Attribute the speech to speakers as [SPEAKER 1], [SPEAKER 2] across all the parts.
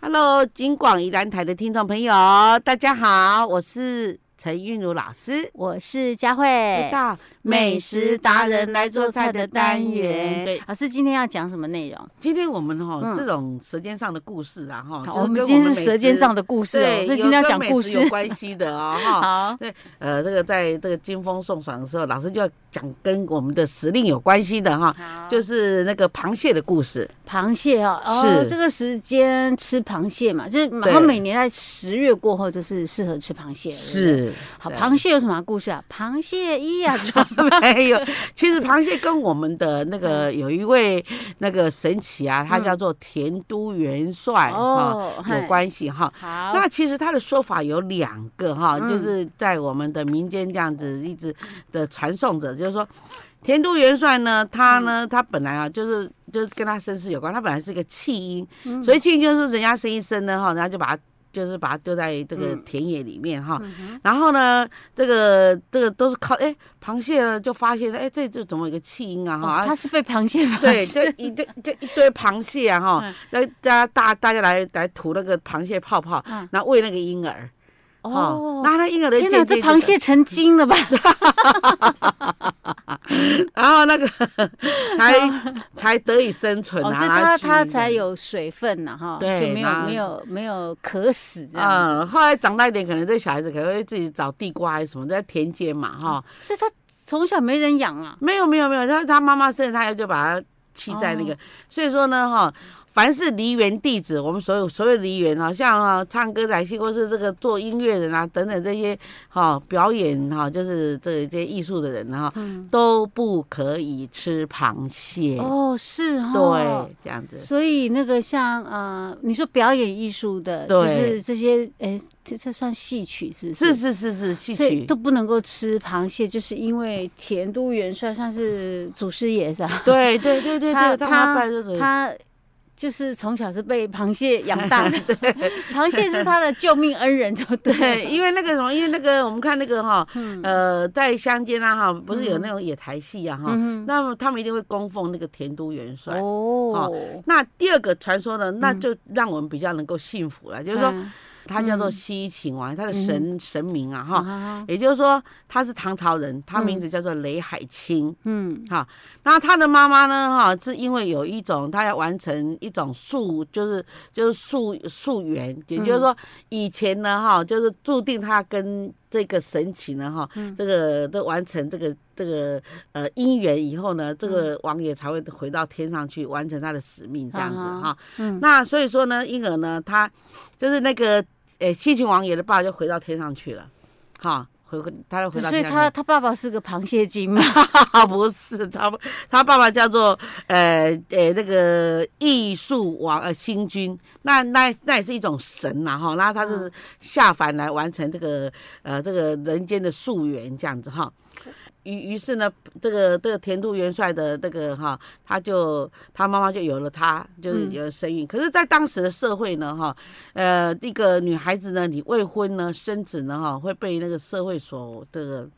[SPEAKER 1] Hello，金广宜兰台的听众朋友，大家好，我是陈韵如老师。
[SPEAKER 2] 我是佳慧
[SPEAKER 1] 回，
[SPEAKER 2] 哎
[SPEAKER 1] 到美食达人来做菜的单元，对，
[SPEAKER 2] 老师今天要讲什么内容？
[SPEAKER 1] 今天我们哈、
[SPEAKER 2] 嗯
[SPEAKER 1] 这种舌尖上的故事啊哈，
[SPEAKER 2] 好
[SPEAKER 1] 就是
[SPEAKER 2] 我们
[SPEAKER 1] 跟
[SPEAKER 2] 今天
[SPEAKER 1] 美
[SPEAKER 2] 是
[SPEAKER 1] 食
[SPEAKER 2] 舌尖上的故事、哦，
[SPEAKER 1] 对，
[SPEAKER 2] 所以
[SPEAKER 1] 有
[SPEAKER 2] 今天要
[SPEAKER 1] 跟
[SPEAKER 2] 讲
[SPEAKER 1] 美
[SPEAKER 2] 故
[SPEAKER 1] 食
[SPEAKER 2] 事
[SPEAKER 1] 有。关系的哦哈。
[SPEAKER 2] 好，
[SPEAKER 1] 呃，这个在这个金风送爽的时候，老师就要讲跟我们的时令有关系的哈，就是那个螃蟹的故事。
[SPEAKER 2] 螃蟹哦，哦，
[SPEAKER 1] 是
[SPEAKER 2] 这个时间吃螃蟹嘛，就是然后每年在十月过后就是适合吃螃蟹了。对不对
[SPEAKER 1] 是，
[SPEAKER 2] 好，
[SPEAKER 1] 对
[SPEAKER 2] 螃蟹有什么故事啊？螃蟹一 呀、啊，
[SPEAKER 1] 没有，其实螃蟹跟我们的那个有一位那个神奇啊，他
[SPEAKER 2] 嗯
[SPEAKER 1] 叫做田都元帅哈、
[SPEAKER 2] 哦，
[SPEAKER 1] 有
[SPEAKER 2] 嗨。
[SPEAKER 1] 关系哈。
[SPEAKER 2] 好，
[SPEAKER 1] 那其实他的说法有两个哈，
[SPEAKER 2] 嗯
[SPEAKER 1] 就是在我们的民间这样子一直的传颂着，就是说。田都元帅呢，他
[SPEAKER 2] 嗯
[SPEAKER 1] 呢，他本来啊，就是就是跟他身世有关，他本来是个弃婴，
[SPEAKER 2] 嗯
[SPEAKER 1] 所以弃婴就是人家生一生呢，哈，然后就把他就是把他丢在这个
[SPEAKER 2] 嗯
[SPEAKER 1] 田野里面哈，
[SPEAKER 2] 嗯哼
[SPEAKER 1] 然后呢，这个这个都是靠哎，螃蟹呢就发现哎，这就怎么有个弃婴啊哈，
[SPEAKER 2] 哦
[SPEAKER 1] 啊
[SPEAKER 2] 它是被螃蟹 发
[SPEAKER 1] 对，
[SPEAKER 2] 现
[SPEAKER 1] 就一堆就一堆螃蟹啊哈
[SPEAKER 2] 嗯，
[SPEAKER 1] 那大家大大家来来吐那个螃蟹泡泡
[SPEAKER 2] 嗯，
[SPEAKER 1] 然后喂那个婴儿
[SPEAKER 2] 哦，
[SPEAKER 1] 那那婴儿的
[SPEAKER 2] 天哪，
[SPEAKER 1] 渐
[SPEAKER 2] 这
[SPEAKER 1] 渐
[SPEAKER 2] 螃蟹成精了吧？
[SPEAKER 1] 就，然后那个 才才得以生存
[SPEAKER 2] 嗯哦，
[SPEAKER 1] 啊，
[SPEAKER 2] 这
[SPEAKER 1] 然后
[SPEAKER 2] 它
[SPEAKER 1] 取
[SPEAKER 2] 它
[SPEAKER 1] 名
[SPEAKER 2] 才有水分呐哈，
[SPEAKER 1] 对
[SPEAKER 2] 就没有
[SPEAKER 1] 那
[SPEAKER 2] 没有没有渴死这样。
[SPEAKER 1] 嗯，后来长大一点，可能这小孩子可能会自己找地瓜还是什么，在田间嘛哈，
[SPEAKER 2] 所以它从小没人养啊。
[SPEAKER 1] 没有没有没有，他他妈妈生了他就把他弃在
[SPEAKER 2] 哦
[SPEAKER 1] 那个，所以说呢哈，凡是梨园弟子，我们所有所有梨园啊，像啊唱歌仔戏或是这个做音乐人啊等等这些哈、表演哈、就是这这些艺术的人哈、
[SPEAKER 2] 嗯，
[SPEAKER 1] 都不可以吃螃蟹，
[SPEAKER 2] 哦，是哈。
[SPEAKER 1] 对，这样子。
[SPEAKER 2] 所以那个像呃，你说表演艺术的，
[SPEAKER 1] 对
[SPEAKER 2] 就是这些，哎，这这算戏曲是不
[SPEAKER 1] 是是是是，戏
[SPEAKER 2] 所以
[SPEAKER 1] 曲
[SPEAKER 2] 都不能够吃螃蟹，就是因为田都元帅算是祖师爷是吧？
[SPEAKER 1] 对对对对
[SPEAKER 2] 他
[SPEAKER 1] 对，
[SPEAKER 2] 他
[SPEAKER 1] 他拜这种
[SPEAKER 2] 他就是从小是被螃蟹养 大的，螃蟹是他的救命恩人，就对 了。
[SPEAKER 1] 对，因为那个什么，因为那个我们看那个哈，
[SPEAKER 2] 嗯
[SPEAKER 1] 呃，在乡间啊哈，不是有那种野台戏啊哈，
[SPEAKER 2] 嗯
[SPEAKER 1] 那么他们一定会供奉那个田都元帅。
[SPEAKER 2] 哦，
[SPEAKER 1] 那第二个传说呢，那就让我们比较能够信服了，就是说
[SPEAKER 2] 嗯
[SPEAKER 1] 他叫做西秦王，他的神神明啊哈，
[SPEAKER 2] 啊
[SPEAKER 1] 也就是说他是唐朝人，他名字叫做雷海清。
[SPEAKER 2] 嗯
[SPEAKER 1] 那他的妈妈呢哈，是因为有一种他要完成一种溯，就是就是溯溯源，也
[SPEAKER 2] 嗯
[SPEAKER 1] 就是说以前呢哈，就是注定他跟这个神奇呢哈，
[SPEAKER 2] 嗯
[SPEAKER 1] 这个都完成这个这个呃姻缘以后
[SPEAKER 2] 嗯
[SPEAKER 1] 呢，这个王爷才会回到天上去完成他的使命这样子
[SPEAKER 2] 啊哈
[SPEAKER 1] 哈。
[SPEAKER 2] 嗯，
[SPEAKER 1] 那所以说呢，因而呢，他就是那个呃西秦王爷的爸就回到天上去了，哈，回回他就回到
[SPEAKER 2] 所以
[SPEAKER 1] 天上去
[SPEAKER 2] 他他爸爸是个螃蟹精嘛，
[SPEAKER 1] 啊， 不是他，他爸爸叫做呃呃那个艺术王呃星君，那那那也是一种神呐、哈，那他是下凡来完成这个呃这个人间的溯源这样子哈。于于是呢，这个这个田都元帅的这个哈，他就他妈妈就有了他，就是
[SPEAKER 2] 嗯
[SPEAKER 1] 有了身孕。可是，在当时的社会呢，哈，呃，一个女孩子呢，你未婚呢，生子呢，哈，会被那个社会所这个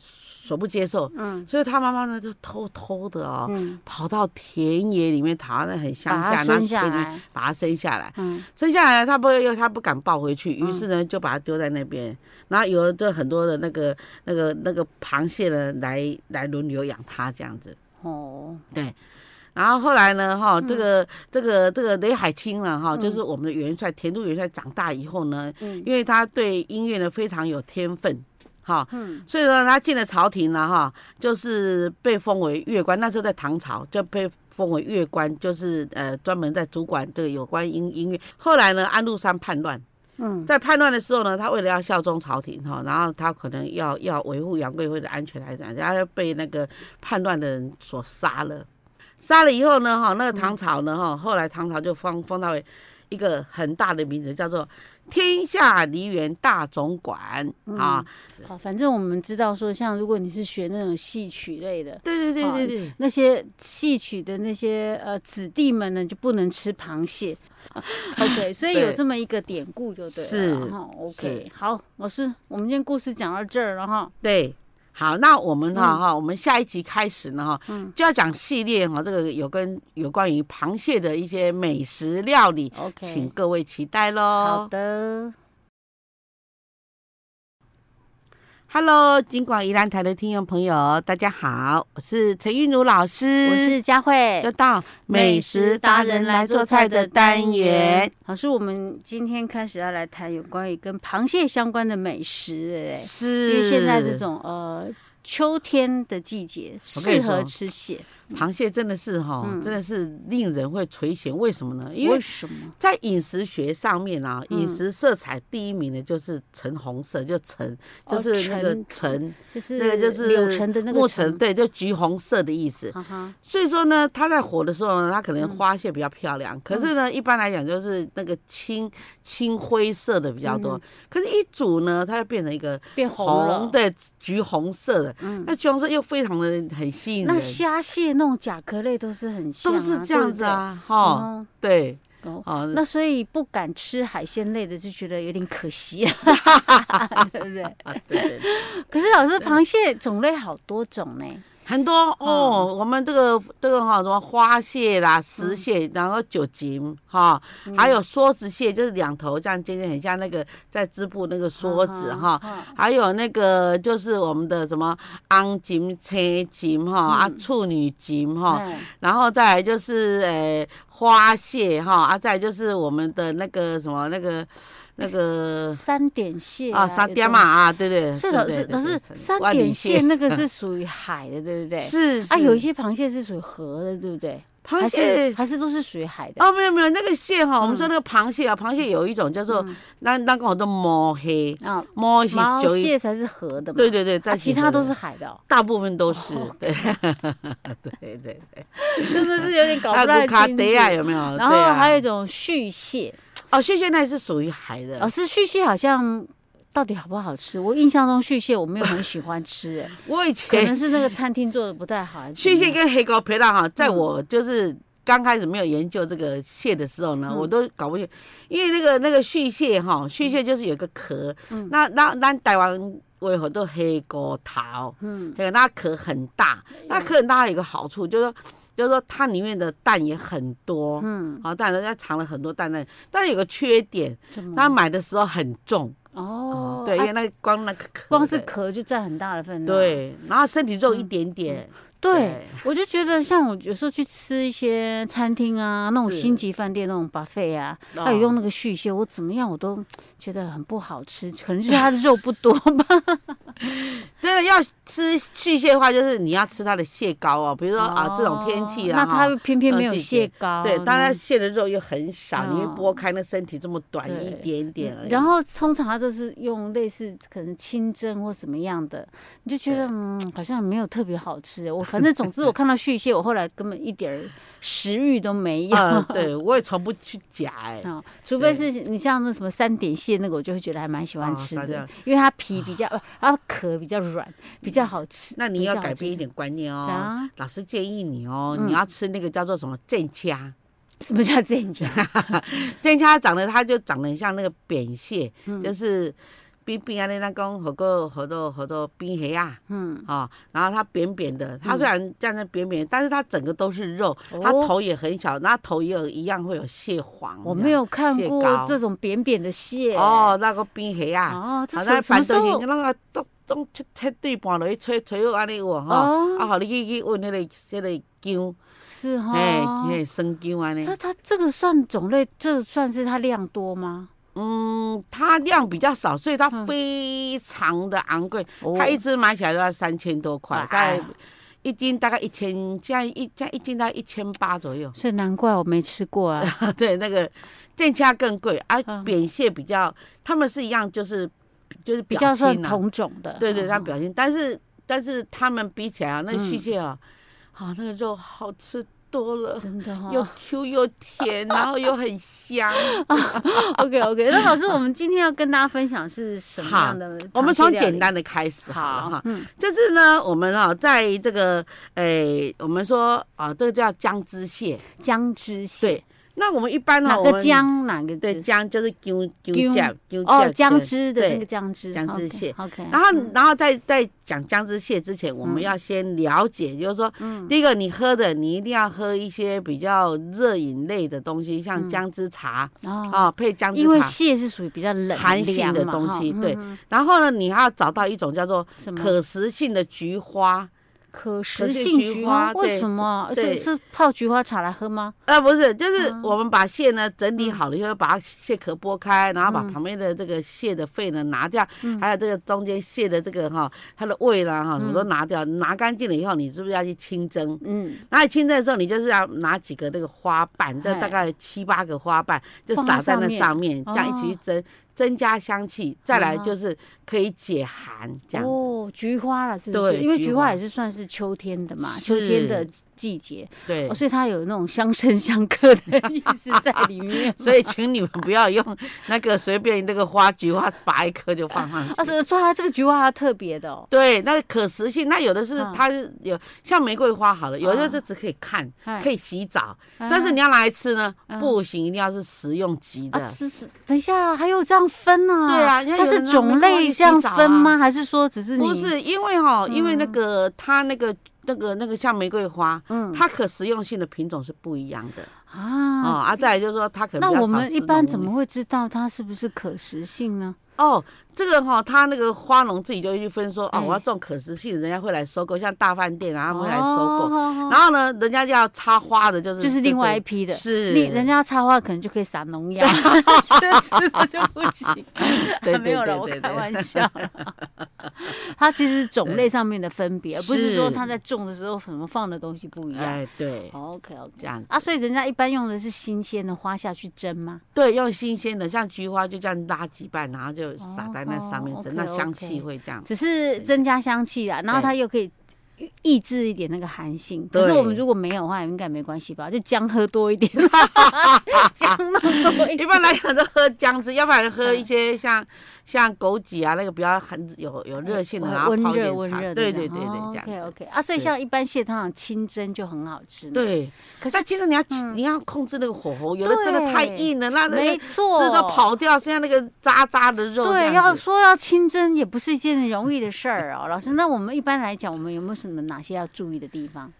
[SPEAKER 1] 所不接受。
[SPEAKER 2] 嗯
[SPEAKER 1] 所以他妈妈呢就偷偷的哦，
[SPEAKER 2] 嗯，
[SPEAKER 1] 跑到田野里面，躺在很乡
[SPEAKER 2] 把
[SPEAKER 1] 下，
[SPEAKER 2] 它
[SPEAKER 1] 然后
[SPEAKER 2] 生下
[SPEAKER 1] 田里
[SPEAKER 2] 来，
[SPEAKER 1] 把他生下来，
[SPEAKER 2] 嗯
[SPEAKER 1] 生下来他不又他不敢抱回去，于是呢就把他丢在那边，然后有这很多的那个那个那个螃蟹呢来来轮流养他这样子，
[SPEAKER 2] 哦，
[SPEAKER 1] 对。然后后来呢，哈，
[SPEAKER 2] 嗯
[SPEAKER 1] 这个、这个这个雷海清了哈，就是我们的元帅田都元帅长大以后呢，
[SPEAKER 2] 嗯
[SPEAKER 1] 因为他对音乐呢非常有天分，哈，
[SPEAKER 2] 嗯
[SPEAKER 1] 所以呢，他进了朝廷了哈，就是被封为乐官。那时候在唐朝就被封为乐官，就是呃专门在主管这个有关音音乐。后来呢，安禄山叛乱，
[SPEAKER 2] 嗯，
[SPEAKER 1] 在叛乱的时候呢，他为了要效忠朝廷哈，然后他可能要要维护杨贵妃的安全来讲，然后被那个叛乱的人所杀了。杀了以后呢，哈，那个唐朝呢，哈，后来唐朝就封封他为一个很大的名字，叫做天下梨园大总管啊。
[SPEAKER 2] 好，反正我们知道说，像如果你是学那种戏曲类的。
[SPEAKER 1] 对对
[SPEAKER 2] 好
[SPEAKER 1] 对对对。
[SPEAKER 2] 那些戏曲的那些呃子弟们呢，就不能吃螃蟹。OK，所以有
[SPEAKER 1] 对
[SPEAKER 2] 这么一个典故就对了。
[SPEAKER 1] 是
[SPEAKER 2] 哈，OK，好，老师，我们今天故事讲到这儿了哈。
[SPEAKER 1] 对，好，那我们
[SPEAKER 2] 嗯
[SPEAKER 1] 哈哈，我们下一集开始呢哈，就要讲系列哈，这个有跟有关于螃蟹的一些美食料理，请
[SPEAKER 2] OK，
[SPEAKER 1] 各位期待喽
[SPEAKER 2] 好。的，
[SPEAKER 1] Hello，金广宜兰台的听众朋友，大家好，我是陈韵如老师，
[SPEAKER 2] 我是佳慧
[SPEAKER 1] 又。到美食达人来做菜的单元。，
[SPEAKER 2] 老师，我们今天开始要来谈有关于跟螃蟹相关的美食了耶，因
[SPEAKER 1] 是，
[SPEAKER 2] 为现在这种呃秋天的季节
[SPEAKER 1] 我跟你
[SPEAKER 2] 适
[SPEAKER 1] 说
[SPEAKER 2] 合吃蟹，
[SPEAKER 1] 螃蟹真的是哈，
[SPEAKER 2] 嗯
[SPEAKER 1] 真的是令人会垂涎。为什么呢？因为
[SPEAKER 2] 为什么？
[SPEAKER 1] 在饮食学上面啊，
[SPEAKER 2] 嗯
[SPEAKER 1] 饮食色彩第一名的就是橙红色，就橙，
[SPEAKER 2] 哦
[SPEAKER 1] 就是那个
[SPEAKER 2] 橙
[SPEAKER 1] 橙，
[SPEAKER 2] 就是
[SPEAKER 1] 那个就是
[SPEAKER 2] 柳橙的那个
[SPEAKER 1] 木橙，
[SPEAKER 2] 橙，
[SPEAKER 1] 对，就橘红色的意思。
[SPEAKER 2] 哈哈，
[SPEAKER 1] 所以说呢，它在火的时候呢，它可能
[SPEAKER 2] 嗯
[SPEAKER 1] 花蟹比较漂亮，可是呢，一般来讲就是那个青青灰色的比较多。
[SPEAKER 2] 嗯
[SPEAKER 1] 可是，一煮呢，它就变成一个
[SPEAKER 2] 变红了。
[SPEAKER 1] 对橘红色的，
[SPEAKER 2] 嗯
[SPEAKER 1] 那橘红色又非常的很吸引
[SPEAKER 2] 那
[SPEAKER 1] 人，
[SPEAKER 2] 虾蟹那种甲壳类都是很像
[SPEAKER 1] 都
[SPEAKER 2] 啊
[SPEAKER 1] 是这样子。啊，
[SPEAKER 2] 对不对
[SPEAKER 1] 哈、
[SPEAKER 2] 哦
[SPEAKER 1] 对，
[SPEAKER 2] 哦，
[SPEAKER 1] 哦，
[SPEAKER 2] 那所以不敢吃海鲜类的就觉得有点可惜，啊 对不对？
[SPEAKER 1] 啊对对对，
[SPEAKER 2] 可是老师，螃蟹种类好多种呢。
[SPEAKER 1] 很多
[SPEAKER 2] 嗯
[SPEAKER 1] 哦，我们这个这个哈、什么花蟹啦、石蟹，然后酒精哈、
[SPEAKER 2] 嗯
[SPEAKER 1] 还有梭子蟹，就是两头这样尖尖，很像那个在织布那个梭子哈。
[SPEAKER 2] 啊哈，
[SPEAKER 1] 还有那个就是我们的什么昂金、青金哈啊，处女金哈，
[SPEAKER 2] 嗯
[SPEAKER 1] 然后再来就是呃花蟹哈啊，再来就是我们的那个什么那个那个
[SPEAKER 2] 嗯三点蟹
[SPEAKER 1] 啊沙嗲嘛。啊，对对，
[SPEAKER 2] 有的是
[SPEAKER 1] 对
[SPEAKER 2] 老
[SPEAKER 1] 对
[SPEAKER 2] 师，
[SPEAKER 1] 对
[SPEAKER 2] 老师
[SPEAKER 1] 对，对
[SPEAKER 2] 三
[SPEAKER 1] 万
[SPEAKER 2] 点
[SPEAKER 1] 里哎
[SPEAKER 2] 蟹那个是属于海的，对不对？
[SPEAKER 1] 是
[SPEAKER 2] 啊，
[SPEAKER 1] 是
[SPEAKER 2] 有一些螃蟹是属于河的，对不对？
[SPEAKER 1] 螃
[SPEAKER 2] 还是
[SPEAKER 1] 蟹。
[SPEAKER 2] 还是都是属于海的。
[SPEAKER 1] 哦，没有没有，那个蟹哈，我们说那个螃蟹啊，螃蟹有一种叫做
[SPEAKER 2] 嗯
[SPEAKER 1] 那那个好多毛黑，
[SPEAKER 2] 啊，
[SPEAKER 1] 毛黑
[SPEAKER 2] 毛
[SPEAKER 1] 就一，
[SPEAKER 2] 蟹才是河的嘛。
[SPEAKER 1] 对对对，
[SPEAKER 2] 啊，
[SPEAKER 1] 但
[SPEAKER 2] 其他都是哦海 的哦，
[SPEAKER 1] 大部分都是，对对对。
[SPEAKER 2] 真的是有点搞
[SPEAKER 1] 那
[SPEAKER 2] 不
[SPEAKER 1] 古
[SPEAKER 2] 太
[SPEAKER 1] 卡
[SPEAKER 2] 清
[SPEAKER 1] 德亚
[SPEAKER 2] 楚。
[SPEAKER 1] 有没有？对
[SPEAKER 2] 然后
[SPEAKER 1] 啊
[SPEAKER 2] 还有一种续蟹，
[SPEAKER 1] 哦，蟹蟹那是属于海的
[SPEAKER 2] 老。师，续蟹好像到底好不好吃？我印象中续蟹我没有很喜欢吃，哎
[SPEAKER 1] 我以
[SPEAKER 2] 可能嗯
[SPEAKER 1] 前
[SPEAKER 2] 是那个餐厅做的不太好。还是
[SPEAKER 1] 蟹
[SPEAKER 2] 怎
[SPEAKER 1] 蟹
[SPEAKER 2] 么样
[SPEAKER 1] 跟黑膏培拉哈，在我就是。刚开始没有研究这个蟹的时候
[SPEAKER 2] 嗯
[SPEAKER 1] 呢，我都搞不清，因为那个那个续蟹哈，续蟹就是有个壳，
[SPEAKER 2] 嗯
[SPEAKER 1] 那那那台湾为何都黑膏桃，
[SPEAKER 2] 嗯
[SPEAKER 1] 对，那壳很大，那壳很大有一个好处就是说，就是说它里面的蛋也很多，
[SPEAKER 2] 嗯，
[SPEAKER 1] 好蛋人家藏了很多蛋蛋，但是有个缺点，
[SPEAKER 2] 什么？
[SPEAKER 1] 它买的时候很重，
[SPEAKER 2] 哦，
[SPEAKER 1] 对，因
[SPEAKER 2] 啊
[SPEAKER 1] 为那个光那个壳，
[SPEAKER 2] 光是壳就占很大的分量。
[SPEAKER 1] 对，然后身体肉一点点，
[SPEAKER 2] 对
[SPEAKER 1] 对，
[SPEAKER 2] 我就觉得像我有时候去吃一些餐厅啊，那种
[SPEAKER 1] 是
[SPEAKER 2] 星级饭店那种 buffet 啊，
[SPEAKER 1] 哦
[SPEAKER 2] 还有用那个续蟹，我怎么样我都觉得很不好吃，可能就是它的肉不多吧。
[SPEAKER 1] 真的要吃巨蟹的话，就是你要吃它的蟹膏哦，比如说 啊这种天气啊，
[SPEAKER 2] 那它哦
[SPEAKER 1] 哈
[SPEAKER 2] 又偏偏没有
[SPEAKER 1] 这种季
[SPEAKER 2] 蟹
[SPEAKER 1] 节
[SPEAKER 2] 膏，
[SPEAKER 1] 对，当然
[SPEAKER 2] 嗯。
[SPEAKER 1] 蟹的肉又很少，你会
[SPEAKER 2] 哦
[SPEAKER 1] 剥开那身体这么短一
[SPEAKER 2] 对
[SPEAKER 1] 点点而已。
[SPEAKER 2] 嗯然后通常它都是用类似可能清蒸或什么样的，你就觉得嗯好像没有特别好吃。 我反正总之我看到续蟹，我后来根本一点儿食欲都没有。
[SPEAKER 1] 呃，对我也从不去夹哎，
[SPEAKER 2] 哦，除非是你像那什么三点蟹那个，我就会觉得还蛮喜欢
[SPEAKER 1] 哦
[SPEAKER 2] 吃
[SPEAKER 1] 三
[SPEAKER 2] 的，
[SPEAKER 1] 点
[SPEAKER 2] 因为它皮比较，呃它壳比较软，比较好吃。
[SPEAKER 1] 那你
[SPEAKER 2] 比
[SPEAKER 1] 要
[SPEAKER 2] 较好
[SPEAKER 1] 改
[SPEAKER 2] 吃
[SPEAKER 1] 变一，点观念哦。
[SPEAKER 2] 啊？
[SPEAKER 1] 老师建议你哦，
[SPEAKER 2] 嗯
[SPEAKER 1] 你要吃那个叫做什么正虾，
[SPEAKER 2] 什么叫 正经？
[SPEAKER 1] 正虾长得它就长得很像那个扁蟹，
[SPEAKER 2] 嗯
[SPEAKER 1] 就是冰冰啊那那公好多好多好多冰黑啊。
[SPEAKER 2] 嗯，
[SPEAKER 1] 哦，然后它扁扁的，它虽然这样子扁扁，但是它整个都是肉，它
[SPEAKER 2] 哦
[SPEAKER 1] 头也很小，那头也有一样会有蟹黄。
[SPEAKER 2] 我没有看
[SPEAKER 1] 蟹
[SPEAKER 2] 过
[SPEAKER 1] 膏
[SPEAKER 2] 这种扁扁的蟹。
[SPEAKER 1] 哦，那个冰蟹啊，
[SPEAKER 2] 哦，这
[SPEAKER 1] 好像
[SPEAKER 2] 是什么
[SPEAKER 1] 板
[SPEAKER 2] 时
[SPEAKER 1] 豆
[SPEAKER 2] 候
[SPEAKER 1] 形？那个都都切切对半落去吹吹落安尼有哦吼，
[SPEAKER 2] 哦，
[SPEAKER 1] 啊，好你去去问迄个迄个姜，
[SPEAKER 2] 是哦哈。
[SPEAKER 1] 嘿，哎嘿生姜啊安尼
[SPEAKER 2] 它。它这个算种类，这算是它量多吗？
[SPEAKER 1] 嗯，它量比较少，所以它
[SPEAKER 2] 嗯
[SPEAKER 1] 非常的昂贵，
[SPEAKER 2] 哦
[SPEAKER 1] 它一只买起来都要三千多块，大
[SPEAKER 2] 哎
[SPEAKER 1] 概一斤大概一千，现在一现在一斤大概一千八左右。
[SPEAKER 2] 所以难怪我没吃过啊。
[SPEAKER 1] 对，那个正价更贵，而、
[SPEAKER 2] 嗯
[SPEAKER 1] 扁蟹比较，他们是一样，就是就是
[SPEAKER 2] 比
[SPEAKER 1] 表
[SPEAKER 2] 较算
[SPEAKER 1] 亲啊，
[SPEAKER 2] 同种的。
[SPEAKER 1] 对对，
[SPEAKER 2] 嗯
[SPEAKER 1] 它表现，但是但是他们比起来啊，那
[SPEAKER 2] 嗯
[SPEAKER 1] 续蟹啊，啊、那个肉好吃多了，
[SPEAKER 2] 真的哦哈。
[SPEAKER 1] 又 Q 又甜，然后又很香。
[SPEAKER 2] OK OK，那老师，我们今天要跟大家分享是什么样的？
[SPEAKER 1] 我们从简单的开始好了
[SPEAKER 2] 好
[SPEAKER 1] 哈，，
[SPEAKER 2] 嗯
[SPEAKER 1] 就是呢，我们啊，在这个诶、我们说啊，这个叫姜汁蟹，
[SPEAKER 2] 姜汁蟹，
[SPEAKER 1] 对。那我们一般呢，
[SPEAKER 2] 哪
[SPEAKER 1] 我
[SPEAKER 2] 个
[SPEAKER 1] 们
[SPEAKER 2] 姜哪个
[SPEAKER 1] 对
[SPEAKER 2] 汁？
[SPEAKER 1] 姜就是姜姜
[SPEAKER 2] 姜
[SPEAKER 1] 酱姜
[SPEAKER 2] 哦，
[SPEAKER 1] 酱
[SPEAKER 2] 姜
[SPEAKER 1] 对
[SPEAKER 2] 汁的那
[SPEAKER 1] 对
[SPEAKER 2] 个姜汁，
[SPEAKER 1] 姜汁蟹
[SPEAKER 2] OK，
[SPEAKER 1] 然后，然后在在讲姜汁蟹之前，我们
[SPEAKER 2] 嗯
[SPEAKER 1] 要先了解，就是说，第一个你喝的，你一定要喝一些比较热饮类的东西，像
[SPEAKER 2] 嗯
[SPEAKER 1] 姜汁茶
[SPEAKER 2] 哦，
[SPEAKER 1] 啊，配姜汁
[SPEAKER 2] 因为
[SPEAKER 1] 茶。
[SPEAKER 2] 蟹是属于比较冷
[SPEAKER 1] 寒性
[SPEAKER 2] 凉
[SPEAKER 1] 的
[SPEAKER 2] 嘛
[SPEAKER 1] 东
[SPEAKER 2] 哈
[SPEAKER 1] 西
[SPEAKER 2] 嗯
[SPEAKER 1] 对
[SPEAKER 2] 嗯
[SPEAKER 1] 然后呢，你还要找到一种叫做
[SPEAKER 2] 什么
[SPEAKER 1] 可食性的菊花，
[SPEAKER 2] 可食
[SPEAKER 1] 是
[SPEAKER 2] 性
[SPEAKER 1] 菊
[SPEAKER 2] 菊
[SPEAKER 1] 花
[SPEAKER 2] 花？为
[SPEAKER 1] 对
[SPEAKER 2] 什么？
[SPEAKER 1] 对
[SPEAKER 2] 是是泡菊花茶来喝吗？
[SPEAKER 1] 呃，不是，就是
[SPEAKER 2] 嗯
[SPEAKER 1] 我们把蟹呢整理好了以后，把它蟹壳剥开，然后把
[SPEAKER 2] 嗯
[SPEAKER 1] 旁边的这个蟹的肺呢拿掉，
[SPEAKER 2] 嗯
[SPEAKER 1] 还有这个中间蟹的这个哈，它的胃啦哈，什么都拿掉，拿干净了以后，你是不是要去清蒸？
[SPEAKER 2] 嗯，
[SPEAKER 1] 那你清蒸的时候，你就是要拿几个那个花瓣，这
[SPEAKER 2] 嘿
[SPEAKER 1] 大概七八个花瓣，就
[SPEAKER 2] 放在
[SPEAKER 1] 撒在那
[SPEAKER 2] 上
[SPEAKER 1] 上面，
[SPEAKER 2] 哦
[SPEAKER 1] 这样一起去蒸，增加香气。再来就是可以解寒，这样。
[SPEAKER 2] 哦，菊花了是不是？
[SPEAKER 1] 对
[SPEAKER 2] 因为
[SPEAKER 1] 菊
[SPEAKER 2] 菊花
[SPEAKER 1] 花
[SPEAKER 2] 也是算是秋天的嘛，秋天
[SPEAKER 1] 是
[SPEAKER 2] 的季节，
[SPEAKER 1] 对
[SPEAKER 2] 哦，，所以它有那种相生相克的意思在里面。
[SPEAKER 1] 所以请你们不要用那个随便那个花菊花拔一颗就放上
[SPEAKER 2] 啊，
[SPEAKER 1] 去。
[SPEAKER 2] 所以说它这个菊花它特别的哦，
[SPEAKER 1] 对，那可食性，那有的是
[SPEAKER 2] 嗯
[SPEAKER 1] 它是有像玫瑰花好了，有的
[SPEAKER 2] 嗯
[SPEAKER 1] 就只可以看，可
[SPEAKER 2] 可
[SPEAKER 1] 以洗澡，但是你要拿来吃呢，不行，一定要是食用级
[SPEAKER 2] 嗯啊，
[SPEAKER 1] 的。
[SPEAKER 2] 是是，等一下还有这样分啊？
[SPEAKER 1] 对啊人家
[SPEAKER 2] 它
[SPEAKER 1] 有
[SPEAKER 2] 是
[SPEAKER 1] 人让
[SPEAKER 2] 种
[SPEAKER 1] 玫瑰花
[SPEAKER 2] 类
[SPEAKER 1] 去
[SPEAKER 2] 这样
[SPEAKER 1] 洗澡
[SPEAKER 2] 分
[SPEAKER 1] 啊
[SPEAKER 2] 吗？还是说只是你
[SPEAKER 1] 不是因为哈、因为那
[SPEAKER 2] 嗯
[SPEAKER 1] 个它那个那个那个像玫瑰花，
[SPEAKER 2] 嗯
[SPEAKER 1] 它可食用性的品种是不一样的哦、
[SPEAKER 2] 啊？
[SPEAKER 1] 啊，再来就是说它可能
[SPEAKER 2] 那
[SPEAKER 1] 比较
[SPEAKER 2] 我
[SPEAKER 1] 少
[SPEAKER 2] 们
[SPEAKER 1] 食
[SPEAKER 2] 一般
[SPEAKER 1] 农
[SPEAKER 2] 怎么
[SPEAKER 1] 民
[SPEAKER 2] 会知道它是不是可食性呢？
[SPEAKER 1] 哦，这个哈、它那个花农自己就会去分说哦
[SPEAKER 2] 哎，
[SPEAKER 1] 我要种可食性，人家会来收购，像大饭店啊，他们会来收购。
[SPEAKER 2] 哦，
[SPEAKER 1] 然后呢，人家就要插花的，就是
[SPEAKER 2] 就是另外一
[SPEAKER 1] 批
[SPEAKER 2] 批的。
[SPEAKER 1] 是
[SPEAKER 2] 你人家插花可能就可以 撒农药， 这吃的就不行。
[SPEAKER 1] 对对
[SPEAKER 2] 没有
[SPEAKER 1] 对
[SPEAKER 2] 了，我
[SPEAKER 1] 对对
[SPEAKER 2] 开玩笑 啦。它其实种类上面的分别，而不是说
[SPEAKER 1] 是
[SPEAKER 2] 它在种的时候什么放的东西不一样。
[SPEAKER 1] 哎对，
[SPEAKER 2] OK OK
[SPEAKER 1] 这样
[SPEAKER 2] 啊，所以人家一般用的是新鲜的花下去蒸吗？
[SPEAKER 1] 对，用新鲜的，像菊花就这样拉几瓣，然后就撒在那上面
[SPEAKER 2] 哦
[SPEAKER 1] 蒸，那香气
[SPEAKER 2] OK，OK
[SPEAKER 1] 会这样。
[SPEAKER 2] 只是增加香气啦，然后它又可以抑制一点那个寒性。可是
[SPEAKER 1] 对
[SPEAKER 2] 我们如果没有的话，应该没关系吧？就姜喝多一点， 姜弄多一
[SPEAKER 1] 一
[SPEAKER 2] 点。
[SPEAKER 1] 般来讲都喝姜汁，要不然喝一 些
[SPEAKER 2] 哎
[SPEAKER 1] 像像枸杞啊，那个比较很有有热性的，然后
[SPEAKER 2] 呃温
[SPEAKER 1] 泡一
[SPEAKER 2] 热
[SPEAKER 1] 点
[SPEAKER 2] 温
[SPEAKER 1] 茶
[SPEAKER 2] 热，的
[SPEAKER 1] 对
[SPEAKER 2] 这
[SPEAKER 1] 对对
[SPEAKER 2] 样哦
[SPEAKER 1] 对，这
[SPEAKER 2] ，OK
[SPEAKER 1] 样子。
[SPEAKER 2] OK 啊，所以
[SPEAKER 1] 是
[SPEAKER 2] 像一般蟹汤清蒸就很好吃嘛。，
[SPEAKER 1] 对，
[SPEAKER 2] 可是嗯
[SPEAKER 1] 但其实你要你要控制那个火候，有的真的太硬了，那那
[SPEAKER 2] 没
[SPEAKER 1] 个
[SPEAKER 2] 错，
[SPEAKER 1] 汁都跑掉，剩下那个渣渣的肉这
[SPEAKER 2] 对，
[SPEAKER 1] 样
[SPEAKER 2] 要
[SPEAKER 1] 子。
[SPEAKER 2] 说要清蒸也不是一件容易的事儿哦，老师。那我们一般来讲，我们有没有什么哪些要注意的地方？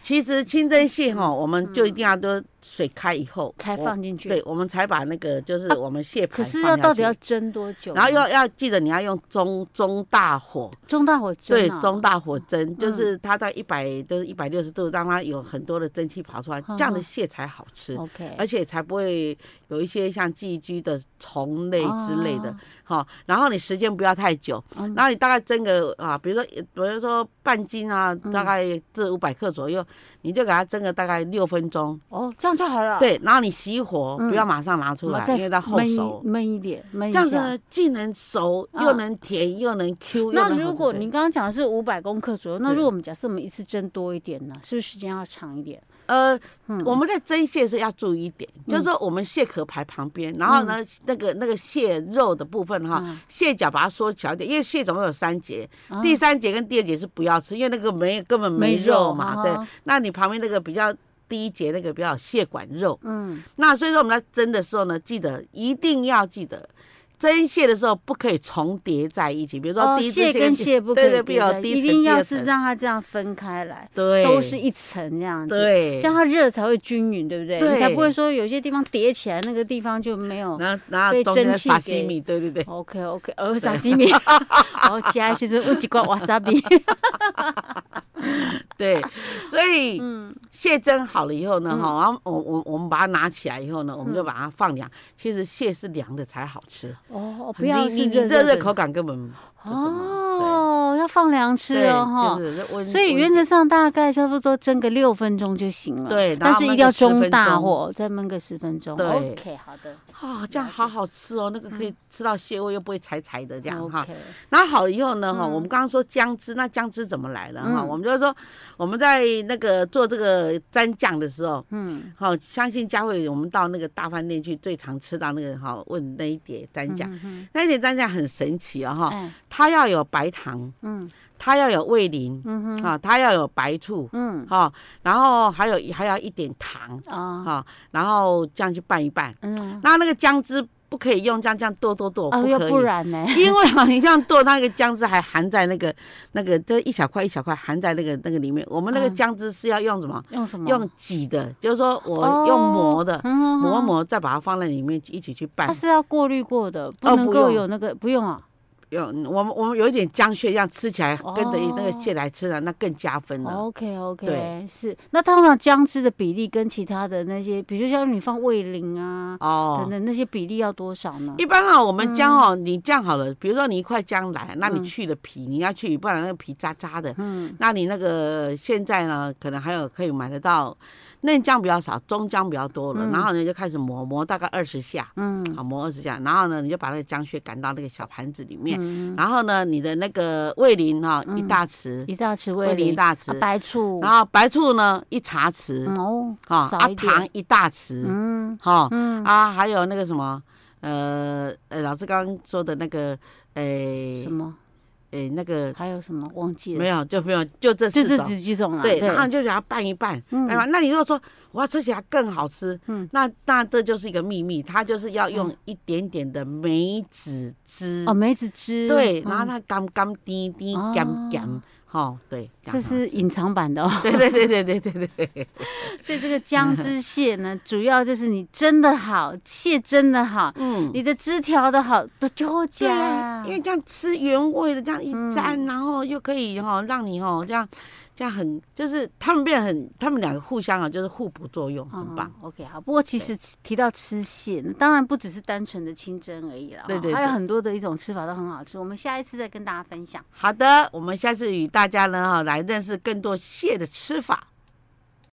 [SPEAKER 1] 其实清蒸蟹哈，我们就一定要都水开以后
[SPEAKER 2] 才
[SPEAKER 1] 我
[SPEAKER 2] 嗯放进去。啊
[SPEAKER 1] 对，我们才把那个就是我们蟹排
[SPEAKER 2] 可是
[SPEAKER 1] 放
[SPEAKER 2] 要
[SPEAKER 1] 下
[SPEAKER 2] 到底
[SPEAKER 1] 去
[SPEAKER 2] 要蒸多久呢？
[SPEAKER 1] 然后要要记得你要用中中大火，
[SPEAKER 2] 中大火蒸
[SPEAKER 1] 对
[SPEAKER 2] 啊，
[SPEAKER 1] 中大火蒸，就
[SPEAKER 2] 嗯
[SPEAKER 1] 是它在一百就是一百六十度，让它有很多的蒸汽跑出来，这样
[SPEAKER 2] 嗯
[SPEAKER 1] 的
[SPEAKER 2] 嗯
[SPEAKER 1] 蟹才好吃，
[SPEAKER 2] OK，
[SPEAKER 1] 而且才不会有一些像寄居的虫类之类的
[SPEAKER 2] 哦。
[SPEAKER 1] 好，然后你时间不要太久，
[SPEAKER 2] 嗯
[SPEAKER 1] 然后你大概蒸个啊，比如说比如说半斤啊，大
[SPEAKER 2] 嗯
[SPEAKER 1] 概这五百克左右，你就给它蒸个大概六分钟。
[SPEAKER 2] 哦，这样就好了。，
[SPEAKER 1] 对，然后你熄火，不要马上拿出
[SPEAKER 2] 嗯然
[SPEAKER 1] 来
[SPEAKER 2] 后，再
[SPEAKER 1] 因为它后
[SPEAKER 2] 焖一
[SPEAKER 1] 熟。
[SPEAKER 2] 焖一点，焖一
[SPEAKER 1] 这样子
[SPEAKER 2] 下。
[SPEAKER 1] 呢既能熟
[SPEAKER 2] 嗯
[SPEAKER 1] 又能甜又能 Q 又能
[SPEAKER 2] 那
[SPEAKER 1] 好吃。
[SPEAKER 2] 如果
[SPEAKER 1] 对
[SPEAKER 2] 你刚刚讲的是五百公克左右，那
[SPEAKER 1] 是
[SPEAKER 2] 如果我们假设我们一次蒸多一点呢，是不是时间要长一点？
[SPEAKER 1] 呃，
[SPEAKER 2] 嗯
[SPEAKER 1] 我们在蒸蟹的时候要注意一点，就是说我们蟹壳排旁边，然后呢，那个那个蟹肉的部分哈
[SPEAKER 2] 嗯，
[SPEAKER 1] 蟹脚把它缩小一点，因为蟹总共有三节，
[SPEAKER 2] 啊
[SPEAKER 1] 第三节跟第二节是不要吃，因为那个没根本没
[SPEAKER 2] 没
[SPEAKER 1] 肉
[SPEAKER 2] 啊
[SPEAKER 1] 嘛，对。那你旁边那个比较第一节那个比较有蟹管肉，
[SPEAKER 2] 嗯，
[SPEAKER 1] 那所以说我们在蒸的时候呢，记得一定要记得。蒸蟹的时候不可以重叠在一起，比如说
[SPEAKER 2] 哦
[SPEAKER 1] 第一只
[SPEAKER 2] 蟹跟
[SPEAKER 1] 第
[SPEAKER 2] 蟹不可
[SPEAKER 1] 对对，
[SPEAKER 2] 以
[SPEAKER 1] 不
[SPEAKER 2] 叠在
[SPEAKER 1] 有
[SPEAKER 2] 一
[SPEAKER 1] 第
[SPEAKER 2] 起
[SPEAKER 1] 一
[SPEAKER 2] 一
[SPEAKER 1] 层
[SPEAKER 2] 定
[SPEAKER 1] 第二
[SPEAKER 2] 要是
[SPEAKER 1] 层
[SPEAKER 2] 让它这样分开来，
[SPEAKER 1] 对，
[SPEAKER 2] 都是一层这样子。
[SPEAKER 1] 对
[SPEAKER 2] 这样它热才会均匀，对不对？
[SPEAKER 1] 对
[SPEAKER 2] 你才不会说有些地方叠起来，那个地方就没有。
[SPEAKER 1] 然后然
[SPEAKER 2] 被
[SPEAKER 1] 后中间
[SPEAKER 2] 蒸
[SPEAKER 1] 的
[SPEAKER 2] 汽
[SPEAKER 1] 沙
[SPEAKER 2] 给
[SPEAKER 1] 西米，对对对，
[SPEAKER 2] OK OK，哦，沙 西米，哦，加的时阵有一罐瓦萨比，
[SPEAKER 1] 对，所以
[SPEAKER 2] 嗯
[SPEAKER 1] 蟹蒸好了以后呢，哈、然后我我我们把它拿起来以后呢，我
[SPEAKER 2] 嗯
[SPEAKER 1] 们就把它放凉。其实蟹是凉的才好吃，
[SPEAKER 2] 哦，不
[SPEAKER 1] 你
[SPEAKER 2] 要
[SPEAKER 1] 你
[SPEAKER 2] 是
[SPEAKER 1] 你
[SPEAKER 2] 热
[SPEAKER 1] 热
[SPEAKER 2] 热
[SPEAKER 1] 热
[SPEAKER 2] 的
[SPEAKER 1] 口感根本不怎么
[SPEAKER 2] 哦，要放凉吃
[SPEAKER 1] 对
[SPEAKER 2] 哦，哈、
[SPEAKER 1] 对就是温，
[SPEAKER 2] 所以
[SPEAKER 1] 温
[SPEAKER 2] 原则上大概差不多蒸个六分钟就行了，
[SPEAKER 1] 对然
[SPEAKER 2] 但
[SPEAKER 1] 后
[SPEAKER 2] 是
[SPEAKER 1] 焖
[SPEAKER 2] 一定
[SPEAKER 1] 个
[SPEAKER 2] 要
[SPEAKER 1] 10
[SPEAKER 2] 中
[SPEAKER 1] 分
[SPEAKER 2] 大
[SPEAKER 1] 钟
[SPEAKER 2] 火，再焖个十分钟。
[SPEAKER 1] 对
[SPEAKER 2] OK，好的，
[SPEAKER 1] 哦，这样好好吃哦，那个可以吃到蟹味又不会柴柴的这样哈。
[SPEAKER 2] 嗯 OK，
[SPEAKER 1] 那好了以后呢，哈、我们刚刚说姜汁，那姜汁怎么来的哈、
[SPEAKER 2] 嗯
[SPEAKER 1] 我们就是说我们在那个做这个蘸酱的时候，
[SPEAKER 2] 嗯，
[SPEAKER 1] 好、相信佳慧，我们到那个大饭店去最常吃到那个哈、问那一碟蘸酱，
[SPEAKER 2] 嗯哼
[SPEAKER 1] 那一碟蘸酱很神奇哦哈、
[SPEAKER 2] 哎，
[SPEAKER 1] 它要有白糖，
[SPEAKER 2] 嗯
[SPEAKER 1] 它要有味淋
[SPEAKER 2] 嗯哼，
[SPEAKER 1] 啊，它要有白醋
[SPEAKER 2] 嗯
[SPEAKER 1] 哈、然后还有还要一点糖
[SPEAKER 2] 啊，
[SPEAKER 1] 哈、然后这样去拌一拌。
[SPEAKER 2] 嗯，
[SPEAKER 1] 那那个姜汁不可以用这样这样剁剁剁，
[SPEAKER 2] 啊，
[SPEAKER 1] 不
[SPEAKER 2] 要
[SPEAKER 1] 可以。
[SPEAKER 2] 不然 呢？
[SPEAKER 1] 因为啊，你这样剁，那个姜汁还含在那个那个，这一小块一小块含在那个那个里面。我们那个
[SPEAKER 2] 嗯
[SPEAKER 1] 姜汁是要用什么？
[SPEAKER 2] 用什么？
[SPEAKER 1] 用挤的，就是说我
[SPEAKER 2] 哦
[SPEAKER 1] 用磨的，
[SPEAKER 2] 嗯
[SPEAKER 1] 磨
[SPEAKER 2] 哼哼，
[SPEAKER 1] 磨再把它放在里面一起去拌
[SPEAKER 2] 它。是要过滤过的，不
[SPEAKER 1] 哦
[SPEAKER 2] 能
[SPEAKER 1] 不
[SPEAKER 2] 够
[SPEAKER 1] 用
[SPEAKER 2] 有那个不用啊。
[SPEAKER 1] 有我们我们有一点姜屑，让吃起来跟着那个
[SPEAKER 2] 哦
[SPEAKER 1] 蟹来吃了，那更加分了。
[SPEAKER 2] OK OK，
[SPEAKER 1] 对
[SPEAKER 2] 是。那通常姜汁的比例跟其他的那些，比如像你放味淋啊等
[SPEAKER 1] 哦，
[SPEAKER 2] 等那些比例要多少呢？
[SPEAKER 1] 一般啊，我们姜
[SPEAKER 2] 嗯
[SPEAKER 1] 哦，你这样好了，比如说你一块姜来，那你去了皮，你要去，不然那个皮渣渣的。
[SPEAKER 2] 嗯
[SPEAKER 1] 那你那个现在呢，可能还有可以买得到嫩姜比较少，中姜比较多了。
[SPEAKER 2] 嗯
[SPEAKER 1] 然后呢，你就开始磨磨大概二十下，
[SPEAKER 2] 嗯
[SPEAKER 1] 好磨二十下。然后呢，你就把那个姜屑赶到那个小盘子里面。
[SPEAKER 2] 嗯，
[SPEAKER 1] 然后呢，你的那个味淋哈、
[SPEAKER 2] 嗯
[SPEAKER 1] 一大匙，
[SPEAKER 2] 一大匙味
[SPEAKER 1] 味淋
[SPEAKER 2] 淋
[SPEAKER 1] 一，大
[SPEAKER 2] 啊
[SPEAKER 1] 匙，
[SPEAKER 2] 白醋，
[SPEAKER 1] 然后白醋呢一茶匙
[SPEAKER 2] 嗯哦，
[SPEAKER 1] 哈，
[SPEAKER 2] 少
[SPEAKER 1] 啊
[SPEAKER 2] 一点
[SPEAKER 1] 糖一大匙
[SPEAKER 2] 嗯
[SPEAKER 1] 哈，
[SPEAKER 2] 嗯，
[SPEAKER 1] 啊还有那个什么呃呃老师刚刚说的那个诶
[SPEAKER 2] 什么？
[SPEAKER 1] 诶那个
[SPEAKER 2] 还有什么忘记
[SPEAKER 1] 嗯没
[SPEAKER 2] 了？
[SPEAKER 1] 有就没有就这
[SPEAKER 2] 就
[SPEAKER 1] 四
[SPEAKER 2] 这
[SPEAKER 1] 种。
[SPEAKER 2] 几几种啊？
[SPEAKER 1] 对，然后你就给它拌一拌，
[SPEAKER 2] 嗯
[SPEAKER 1] 拌一拌那你如果说我要吃起来更好吃，
[SPEAKER 2] 嗯
[SPEAKER 1] 那那这就是一个秘密，它就是要用一点点的梅子汁
[SPEAKER 2] 哦，，梅子汁，
[SPEAKER 1] 对，
[SPEAKER 2] 嗯
[SPEAKER 1] 然后它甘甘滴滴
[SPEAKER 2] 哦
[SPEAKER 1] 甘甘，哈，对，
[SPEAKER 2] 这是隐藏版的哦。
[SPEAKER 1] 对对对对对对对对，
[SPEAKER 2] 所以这个 姜汁蟹呢，主要就是你蒸的好，蟹蒸的好，
[SPEAKER 1] 嗯，
[SPEAKER 2] 你的枝条的好，都就
[SPEAKER 1] 对
[SPEAKER 2] 加
[SPEAKER 1] 啊，因为这样吃原味的，这样一
[SPEAKER 2] 嗯
[SPEAKER 1] 沾，然后又可以哈，让你哈这样这样很，就是他们变得很，他们两个互相啊，就是互补作
[SPEAKER 2] 哦
[SPEAKER 1] 用，很棒。
[SPEAKER 2] o k 好，不过其实吃提到吃蟹，当然不只是单纯的清蒸而已了，
[SPEAKER 1] 对
[SPEAKER 2] 哦
[SPEAKER 1] 对
[SPEAKER 2] 还有
[SPEAKER 1] 对
[SPEAKER 2] 很多的一种吃法都很好吃。我们下一次再跟大家分享。
[SPEAKER 1] 哦好的，我们下次与大家呢哈来认识更多蟹的吃法。